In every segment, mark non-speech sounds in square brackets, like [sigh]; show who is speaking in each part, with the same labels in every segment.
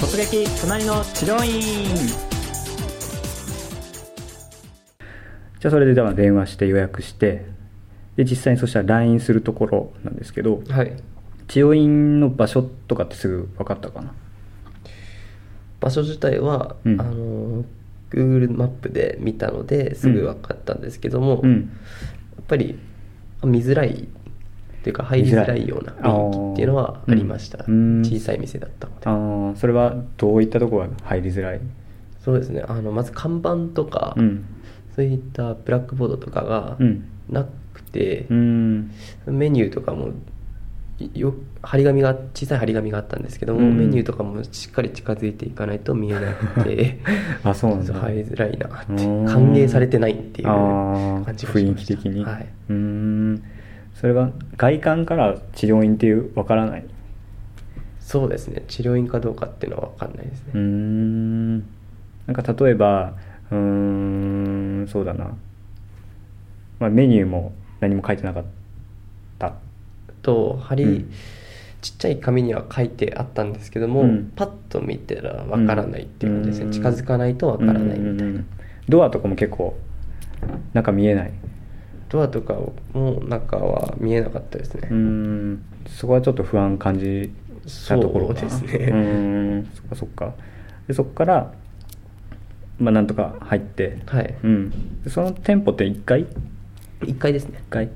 Speaker 1: 突撃隣の治療院
Speaker 2: じゃあそれでだから電話して予約してで実際にそしたら LINE するところなんですけど
Speaker 3: はい
Speaker 2: 治療院の場所とかってすぐ分かったかな
Speaker 3: 場所自体は、
Speaker 2: うん
Speaker 3: あの Google マップで見たのですぐ分かったんですけども、
Speaker 2: う
Speaker 3: や
Speaker 2: ん
Speaker 3: っぱり見づらいというか入りづらいような
Speaker 2: 見づらい
Speaker 3: 雰囲気っていうのはありました、
Speaker 2: あーうんうん
Speaker 3: 小さい店だったので
Speaker 2: あーそれはどういったところが入りづらい
Speaker 3: そうですねあのまず看板とか、
Speaker 2: うん
Speaker 3: そういったブラックボードとかが
Speaker 2: うん
Speaker 3: なくて
Speaker 2: う、ん
Speaker 3: メニューとかもよ張り紙が小さい張り紙があったんですけども、
Speaker 2: うん
Speaker 3: メニューとかもしっかり近づいていかないと見えなくて
Speaker 2: [laughs] あそうなん
Speaker 3: ちょ
Speaker 2: だ
Speaker 3: っと入りづらいなって
Speaker 2: うん
Speaker 3: 歓迎されてないっていう
Speaker 2: あ
Speaker 3: 感
Speaker 2: ー
Speaker 3: じがし
Speaker 2: 雰囲
Speaker 3: ま
Speaker 2: 気
Speaker 3: した
Speaker 2: 的に、
Speaker 3: はいう
Speaker 2: ーんそれは外観から治療院っていうわからないう
Speaker 3: そうですね治療院かどうかっていうのは分かんないですね、
Speaker 2: ーんなんか例えばうーんそうだな、まあ、メニューも何も書いてなかった
Speaker 3: と張り、
Speaker 2: うん
Speaker 3: ちっちゃい紙には書いてあったんですけども、
Speaker 2: うん
Speaker 3: パッと見たら分からないっていう感じですね、
Speaker 2: うん
Speaker 3: 近づかないと分からないみたいな、
Speaker 2: うんうんうんドアとかも結構中見えない
Speaker 3: ドアとかも中は見えなかったですね、
Speaker 2: うーんそこはちょっと不安感じたところかな
Speaker 3: そうですね
Speaker 2: うーんそっかそっかでそこからまあなんとか入って
Speaker 3: はい、
Speaker 2: うんでその店舗って1階
Speaker 3: 1階ですね
Speaker 2: 1階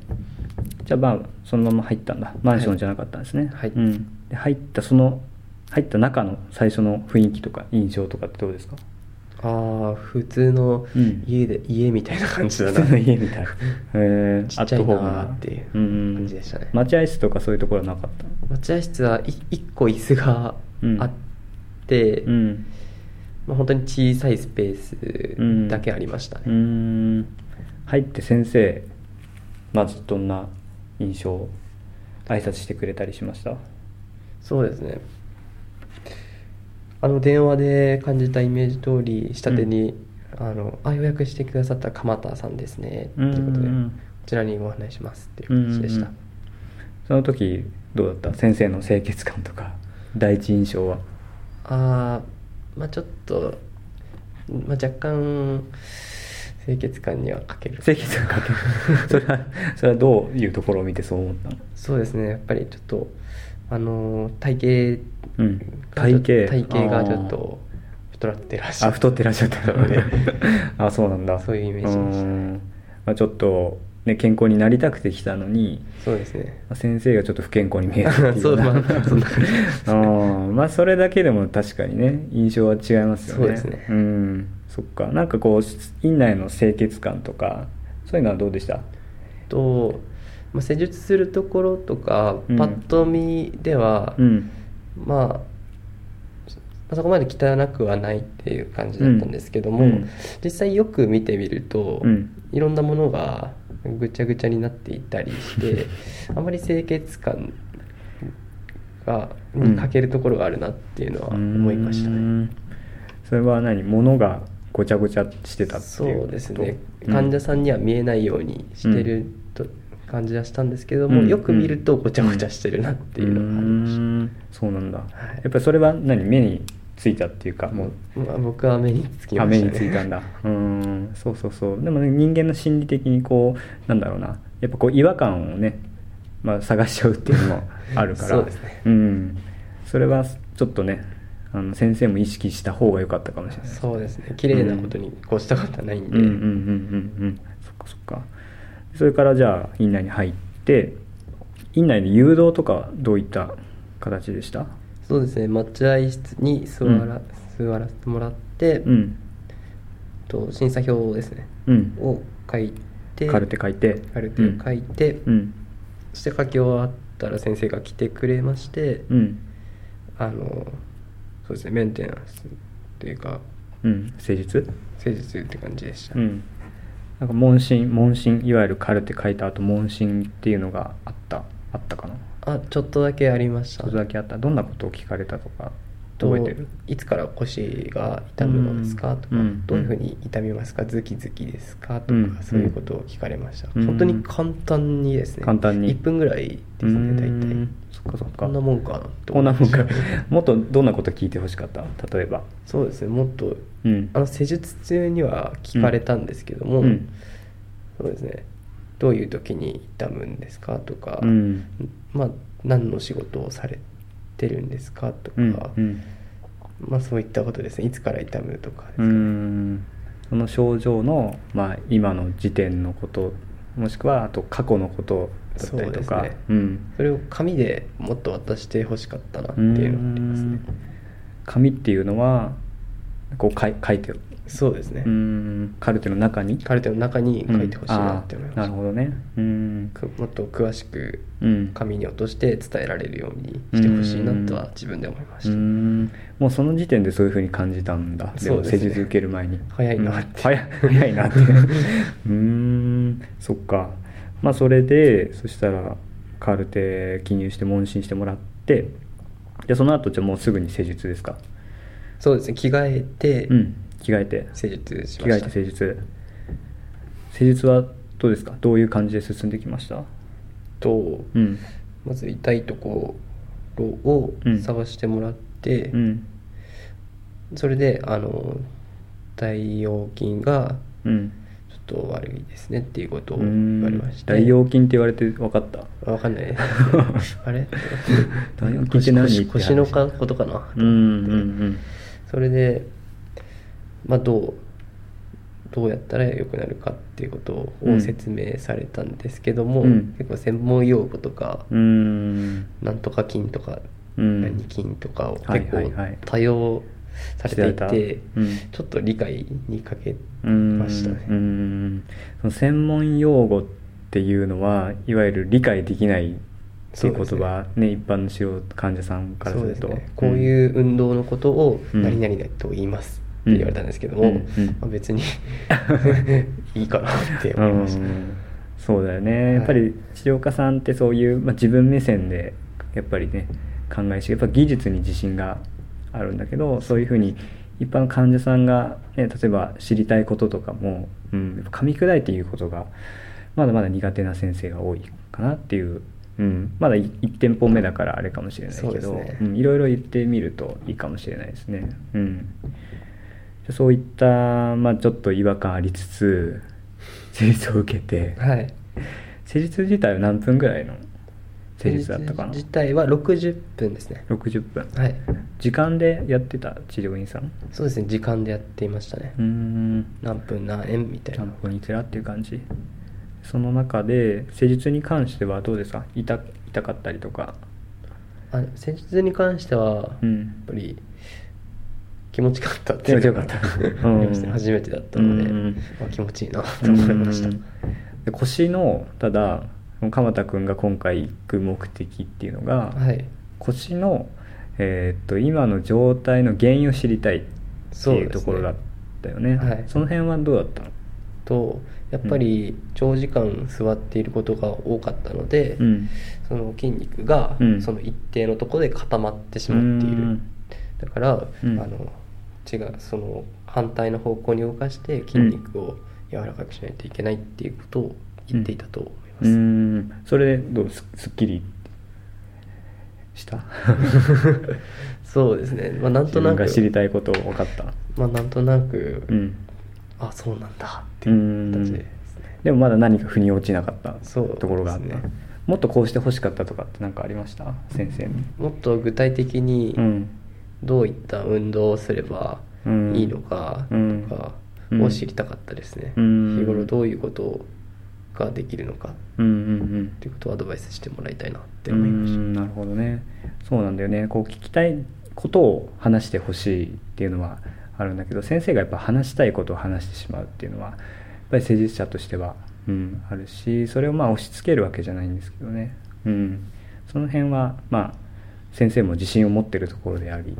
Speaker 2: じゃあまあそのまま入ったんだマンションじゃなかったんですね
Speaker 3: はい
Speaker 2: うん、で入ったその入った中の最初の雰囲気とか印象とかってどうですか
Speaker 3: ああ普通の
Speaker 2: うん
Speaker 3: 家で、家みたいな感じだな
Speaker 2: 普通の家み
Speaker 3: [laughs]
Speaker 2: たいなへえ
Speaker 3: ちっちゃいなーっていう感じでしたね、
Speaker 2: 待合室とかそういうところはなかったの
Speaker 3: 待合室はい1個椅子があって、
Speaker 2: うん
Speaker 3: まあ、本当に小さいスペースだけありましたね、
Speaker 2: うーん入って先生まずどんな印象挨拶してくれたりしました
Speaker 3: そうですねあの電話で感じたイメージ通り下手に、あのあ予約してくださった鎌田さんですねと
Speaker 2: うん
Speaker 3: いうことでこちらにご案内しますっていう
Speaker 2: うん
Speaker 3: 感じでした、
Speaker 2: その時どうだった先生の清潔感とか第一印象は
Speaker 3: あーまあちょっと、まあ、若干清潔感には欠ける
Speaker 2: 清潔感かける [laughs] それはそれはどういうところを見てそう思ったの
Speaker 3: そうですねやっぱりちょっとあのー体型、
Speaker 2: うん体型
Speaker 3: 体型が
Speaker 2: あー
Speaker 3: ちょっと太らってらっしゃ
Speaker 2: あ
Speaker 3: る
Speaker 2: 太ってらっしゃったので [laughs] あそうなんだ
Speaker 3: そういうイメージでしたね
Speaker 2: うんまあ、ちょっと、ね、健康になりたくて来たのに
Speaker 3: そうですね
Speaker 2: まあ先生がちょっと不健康に見えたっていう
Speaker 3: [laughs] そうまあそんな感じですね
Speaker 2: [laughs] うんまあそれだけでも確かにね印象は違いますよね
Speaker 3: そうですね
Speaker 2: んそっかなんかこう院内の清潔感とかそういうのはどうでした
Speaker 3: と、まあ、施術するところとか、
Speaker 2: うん
Speaker 3: パッと見では、
Speaker 2: うん
Speaker 3: まあそそこまで汚くはないっていう感じだったんですけども、
Speaker 2: うんうん
Speaker 3: 実際よく見てみると、
Speaker 2: うん
Speaker 3: いろんなものがぐちゃぐちゃになっていたりして
Speaker 2: [laughs]
Speaker 3: あまり清潔感が
Speaker 2: うん
Speaker 3: に欠けるところがあるなっていうのは思いました
Speaker 2: う
Speaker 3: ね。
Speaker 2: んそれは何物がごちゃごちゃしてたって
Speaker 3: そ
Speaker 2: いう
Speaker 3: うですね
Speaker 2: こと
Speaker 3: 患者さ
Speaker 2: うん
Speaker 3: には見えないようにしてると感じはしたんですけども、
Speaker 2: うん
Speaker 3: よく見るとごちゃごちゃしてるなっていうのがありました。
Speaker 2: うんそうなんだ、
Speaker 3: い
Speaker 2: やっぱりそれは何目についたっていうかもう
Speaker 3: まあ、僕は目につきま
Speaker 2: あ
Speaker 3: し
Speaker 2: 目
Speaker 3: た、ね、
Speaker 2: についたん
Speaker 3: [laughs]
Speaker 2: だうーんそうそうそうでもね人間の心理的にこうなんだろうなやっぱこう違和感をね、まあ、探しちゃうっていうのもあるから
Speaker 3: [laughs] そうですね
Speaker 2: うんそれはちょっとねあの先生も意識した方が良かったかもしれない
Speaker 3: そうですね綺麗なことに越したことはないん
Speaker 2: う
Speaker 3: で、
Speaker 2: んうんうんうんうんそっかそっかそれからじゃあ院内に入って院内の誘導とかはどういった形でした
Speaker 3: そうですね待合室に座ら,、座らせてもらって、
Speaker 2: うん
Speaker 3: と審査票ですね
Speaker 2: うん
Speaker 3: を書いて
Speaker 2: カルテ書いて
Speaker 3: カルテを書いて、
Speaker 2: うん
Speaker 3: そして書き終わったら先生が来てくれまして、
Speaker 2: うん
Speaker 3: あのそうですねメンテナンスっていうか
Speaker 2: うん誠実
Speaker 3: 施術って感じでした、
Speaker 2: うん、なんか問診問診いわゆるカルテ書いた後問診っていうのがあったあったかな
Speaker 3: あちょっとだけありまし
Speaker 2: ち
Speaker 3: た
Speaker 2: ょっとだけあったどんなことを聞かれたとか
Speaker 3: と
Speaker 2: 覚えてる
Speaker 3: いつから腰が痛むのですかとか、
Speaker 2: うん
Speaker 3: どういうふうに痛みますかズキズキですかとか、
Speaker 2: うん
Speaker 3: そういうことを聞かれました、
Speaker 2: うん
Speaker 3: 本当に簡単にですね
Speaker 2: 簡単に
Speaker 3: 1分ぐらいですね大体
Speaker 2: そっかそっか
Speaker 3: こんなもんかなって
Speaker 2: こ
Speaker 3: 思
Speaker 2: んな
Speaker 3: いま
Speaker 2: もん
Speaker 3: した
Speaker 2: かもっとどんなこと聞いてほしかった例えば
Speaker 3: そうですねもっと
Speaker 2: うん
Speaker 3: あの施術中には聞かれたんですけども、
Speaker 2: うん
Speaker 3: そうですねどういう時に痛むんですかとか、
Speaker 2: うん
Speaker 3: まあ何の仕事をされてるんですかとか、
Speaker 2: うんうん
Speaker 3: まあそういったことですねいつから痛むとかです
Speaker 2: う
Speaker 3: か
Speaker 2: ー
Speaker 3: ね
Speaker 2: んその症状の、まあ、今の時点のこともしくはあと過去のことだったりと
Speaker 3: そう
Speaker 2: か
Speaker 3: ですね
Speaker 2: うん
Speaker 3: それを紙でもっと渡してほしかったなっていうのがありますね
Speaker 2: うーん紙っていうのはこう書い書いてる
Speaker 3: そうですね
Speaker 2: うーんカルテの中に
Speaker 3: カルテの中に書いてほしいなって思い
Speaker 2: うんあ
Speaker 3: ま
Speaker 2: ーな
Speaker 3: し
Speaker 2: るほどねうーん
Speaker 3: た、くもっと詳しく
Speaker 2: うん
Speaker 3: 紙に落として伝えられるようにしてほしいなとは自分で思いま
Speaker 2: う
Speaker 3: し
Speaker 2: ー
Speaker 3: た
Speaker 2: んもうその時点でそういうふうに感じたんだでも
Speaker 3: そうですね
Speaker 2: 施術受ける前に
Speaker 3: 早いなって
Speaker 2: うん早い早いなってう
Speaker 3: [laughs]
Speaker 2: ーんそっかまあそれでそしたらカルテ記入して問診してもらってでその後じゃあもうすぐに施術ですか
Speaker 3: そうですね着替えて
Speaker 2: うん着替えて
Speaker 3: 施術し
Speaker 2: 着替
Speaker 3: ま
Speaker 2: え
Speaker 3: してた、
Speaker 2: 施術施術はどうですかどういう感じで進んできました
Speaker 3: と
Speaker 2: うん
Speaker 3: まず痛いところを
Speaker 2: うん
Speaker 3: 探してもらって、
Speaker 2: うん
Speaker 3: それであの大腰筋が
Speaker 2: うん
Speaker 3: ちょっと悪いですねっていうことを
Speaker 2: うー
Speaker 3: 言
Speaker 2: ん
Speaker 3: われました
Speaker 2: 大腰筋って言われて分かった
Speaker 3: わかんない
Speaker 2: [laughs]
Speaker 3: あれ
Speaker 2: 大腰筋って何
Speaker 3: 腰
Speaker 2: って話
Speaker 3: 腰のかことかな、
Speaker 2: うんうんうん
Speaker 3: それでまあどうどうやったら良くなるかっていうこと
Speaker 2: うん
Speaker 3: を説明されたんですけども、
Speaker 2: うん
Speaker 3: 結構専門用語とか、
Speaker 2: うーん
Speaker 3: なんとか筋とか、
Speaker 2: うん
Speaker 3: 何筋とかを
Speaker 2: はい
Speaker 3: 結
Speaker 2: はい
Speaker 3: 構
Speaker 2: はい
Speaker 3: 多用されていて、
Speaker 2: うん
Speaker 3: ちょっと理解に欠け
Speaker 2: うーん
Speaker 3: ましたね
Speaker 2: うーんその専門用語っていうのはいわゆる理解できないっていう言
Speaker 3: そう
Speaker 2: 葉ね一般の素人患者さんからす
Speaker 3: そうで
Speaker 2: る
Speaker 3: す
Speaker 2: と
Speaker 3: ねこういう運動のことを「
Speaker 2: うん
Speaker 3: 何々だと言います」って言われたんですけども、
Speaker 2: うんうん
Speaker 3: まあ
Speaker 2: [laughs]
Speaker 3: 別に [laughs] いいかなって思いました、
Speaker 2: うんそうだよね、
Speaker 3: い
Speaker 2: やっぱり治療家さんってそういう、まあ、自分目線でやっぱりね考えしやっぱ技術に自信があるんだけどそういうふうに一般の患者さんが、ね、例えば知りたいこととかも、うん、やっぱ噛み砕いていうことがまだまだ苦手な先生が多いかなっていう、うん、まだ1店舗目だからあれかもしれない
Speaker 3: そう
Speaker 2: け
Speaker 3: です
Speaker 2: ど、
Speaker 3: ね
Speaker 2: うんいろいろ言ってみるといいかもしれないですね。うんそういった、まあ、ちょっと違和感ありつつ施術を受けて
Speaker 3: はい
Speaker 2: 施術自体は何分ぐらいの施術だったかな
Speaker 3: 自体は60分ですね
Speaker 2: 60分
Speaker 3: はい
Speaker 2: 時間でやってた治療院さん
Speaker 3: そうですね時間でやっていましたね、
Speaker 2: うーん
Speaker 3: 何分何円みたいな
Speaker 2: 何分にてらっていう感じその中で施術に関してはどうですか痛痛かったりとか
Speaker 3: あ施術に関しては、
Speaker 2: う
Speaker 3: やっ
Speaker 2: ん
Speaker 3: ぱり気持ちよかったっ
Speaker 2: 気
Speaker 3: てい
Speaker 2: 持
Speaker 3: う
Speaker 2: ちよ
Speaker 3: の
Speaker 2: か
Speaker 3: が
Speaker 2: った
Speaker 3: [laughs] ありましたね初めてだったので、
Speaker 2: うん
Speaker 3: まあ、気持ちいいなと思いました、
Speaker 2: うんで腰のただ鎌田君が今回行く目的っていうのが、
Speaker 3: はい
Speaker 2: 腰の、えーっと今の状態の原因を知りたいって
Speaker 3: そうで
Speaker 2: い
Speaker 3: すね
Speaker 2: うところだったよねそ
Speaker 3: はい
Speaker 2: の辺はどうだったの
Speaker 3: とやっぱり長時間座っていることが多かったので、
Speaker 2: うん
Speaker 3: その筋肉が
Speaker 2: うん
Speaker 3: その一定のところで固まってしまっている、
Speaker 2: うん
Speaker 3: だから、
Speaker 2: うん
Speaker 3: あの違うその反対の方向に動かして筋肉を柔らかくしないといけないっていうことを言っていたと思います、 [laughs]
Speaker 2: うんそれでどうすすっきりした
Speaker 3: そうですね、まあ、なんとな
Speaker 2: 自分が知り
Speaker 3: く
Speaker 2: たいことを分かった
Speaker 3: まあなんとなく、
Speaker 2: うん
Speaker 3: あそうなんだっていう形ですね
Speaker 2: でもまだ何か腑に落ちなかった
Speaker 3: そう
Speaker 2: ところがあった、
Speaker 3: ですね
Speaker 2: もっとこうしてほしかったとかって何かありました先生に
Speaker 3: もっと具体的に
Speaker 2: うん
Speaker 3: どういった運動をすれば
Speaker 2: うん
Speaker 3: いいのか
Speaker 2: うん
Speaker 3: とか
Speaker 2: うん
Speaker 3: を知りたかったですね、
Speaker 2: うん
Speaker 3: 日頃どういうことができるのかっ
Speaker 2: うんうんうん
Speaker 3: ていうことをアドバイスしてもらいたいなって思いうま
Speaker 2: ーん
Speaker 3: し
Speaker 2: なるほどねそうなんだよねこう聞きたいことを話してほしいっていうのはあるんだけど先生がやっぱ話したいことを話してしまうっていうのはやっぱり施術者としては、うん、あるしそれをまあ押し付けるわけじゃないんですけどね、うん、その辺はまあ先生も自信を持ってるところであり、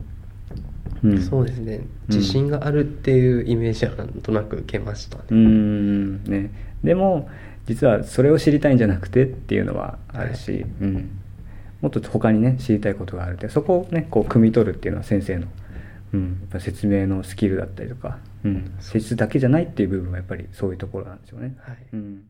Speaker 2: う
Speaker 3: た、
Speaker 2: ん、
Speaker 3: そうですね自信があるっていうイメージはなんとなく受けましたね、
Speaker 2: うーんね、でも実はそれを知りたいんじゃなくてっていうのはあるし、うん、ももっと他にね知りたいことがあるってそこをねこう汲み取るっていうのは先生の、うん、やっぱ説明のスキルだったりとか、うん、
Speaker 3: そ
Speaker 2: 施
Speaker 3: う
Speaker 2: 術だけじゃないっていう部分はやっぱりそういうところなんですよね。
Speaker 3: はい
Speaker 2: うん